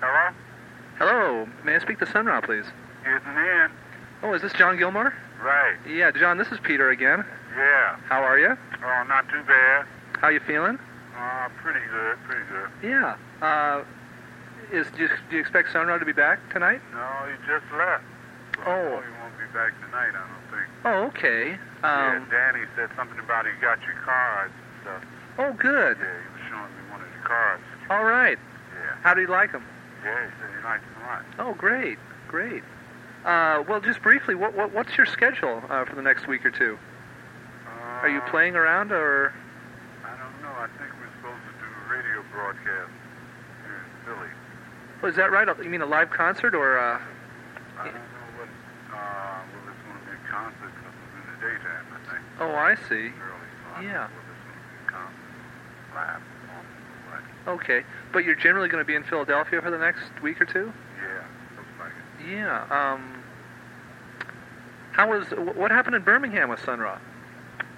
Hello? Hello, may I speak to Sunra, please? Isn't here. Oh, is this John Gilmore? Right. Yeah, John, this is Peter again. Yeah. How are you? Oh, not too bad. How you feeling? Uh, pretty good. Pretty good. Yeah. Uh, is do you, do you expect Sunra to be back tonight? No, he just left. So I Oh. know He won't be back tonight, I don't think. Oh, okay. yeah, Um, Danny said something about he got your cards and stuff. oh, good. Yeah, he was showing me one of your cards. All right. Yeah. How do you like him? Yeah, he said he liked it a lot. Oh, great, great. Uh, well, just briefly, what, what what's your schedule uh, for the next week or two? Uh, Are you playing around, or I don't know. I think we're supposed to do a radio broadcast here in Philly. oh, is that right? You mean a live concert, or uh, I don't know what, uh, whether it's going to be a concert because it's in the daytime, I think. oh, I see. early, so I Yeah. don't know whether it's going to be a concert, live performance or what. Okay, but you're generally going to be in Philadelphia for the next week or two. Yeah, looks like it. Yeah. Um, how was wh- what happened in Birmingham with Sun Ra?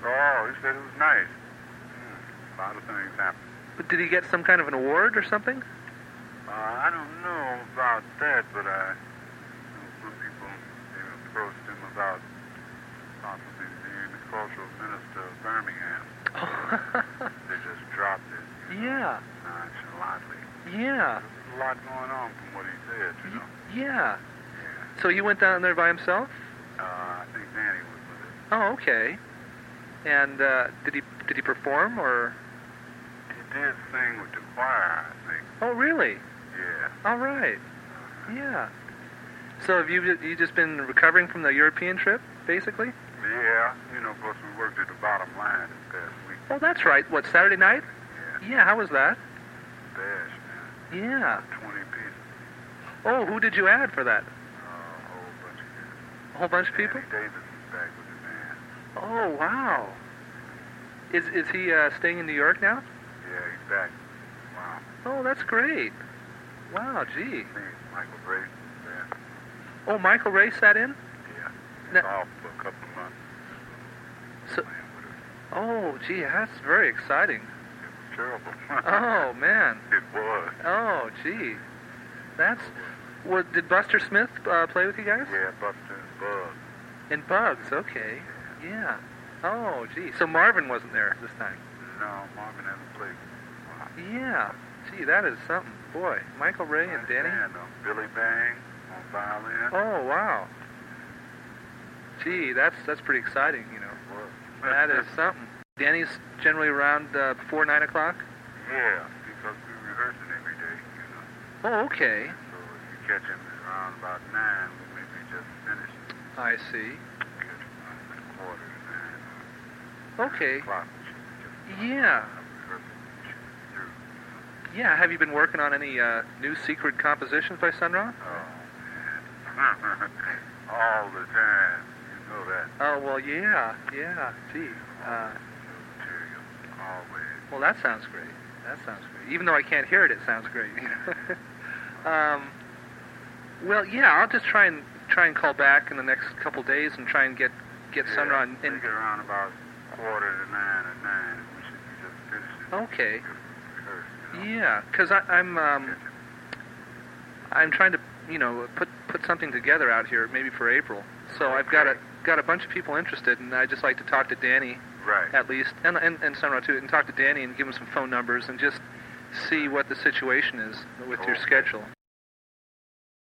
Oh, he said it was nice. Hmm, a lot of things happened. Did he get some kind of an award or something? Uh, I don't know about that, but I, you know, some people they approached him about possibly being the cultural minister of Birmingham. They just dropped it. you know, yeah. Nonchalantly. Yeah. There's a lot going on from what he said, you know. Yeah. Yeah. So you went down there by himself? Uh, I think Danny was with it. Oh, okay. And uh, did he did he perform or? He did sing with the choir, I think. Oh, really? Yeah. All right. Yeah. So have you you just been recovering from the European trip, basically? Yeah. You know, of course, we worked at the bottom line this past week. Oh, that's right. What Saturday night? Yeah. Yeah. How was that? Bash, man. Yeah. 20 pieces. Oh, who did you add for that? Uh, a whole bunch of kids. A whole bunch of Danny people? Davis is back with the band. Oh, wow. Is is he uh, staying in New York now? Yeah, he's back. Wow. Oh, that's great. Wow, gee. Me, Michael Brayton is there. Oh, Michael Ray sat in. Yeah. He's Now- off for a couple of months. So, playing with us. oh, gee, that's very exciting. It was terrible. Oh man. It was. Oh, gee. That's. Well, did Buster Smith uh, play with you guys? Yeah, Buster and Bug. In Bugs, okay. Yeah. Oh, gee. So Marvin wasn't there this time. No, Marvin hasn't played. Wow. Yeah. Gee, that is something. Boy, Michael Ray and Danny. And, uh, Billy Bang on violin. Oh, wow. Gee, that's that's pretty exciting, you know. Well, That is something. Danny's generally around uh, before nine o'clock. Yeah, because we rehearsing every day, you know. Oh, okay. So if you catch him around about nine, we may be just finished. I see. Catch him around about quarter to nine Okay. o'clock. We should be just Yeah. done rehearsing. We should be through. Yeah. Have you been working on any uh, new secret compositions by Sun Ra? Oh man, all the time. You know that. Oh well, yeah, yeah. Gee. Uh, New material, always. well, that sounds great. That sounds great. Even though I can't hear it, it sounds great. um, well, yeah. I'll just try and try and call back in the next couple days and try and get get Sun Ra in. Yeah, we get around about quarter to nine or nine, and we should be just finishing. Okay. If we rehearse, you know. Yeah, because I'm um, Catch him. I'm trying to you know put put something together out here maybe for April. So I've got a got a bunch of people interested, and I just like to talk to Danny Right. at least, and and, and Sunra too, and talk to Danny and give him some phone numbers and just see what the situation is with your Okay. schedule.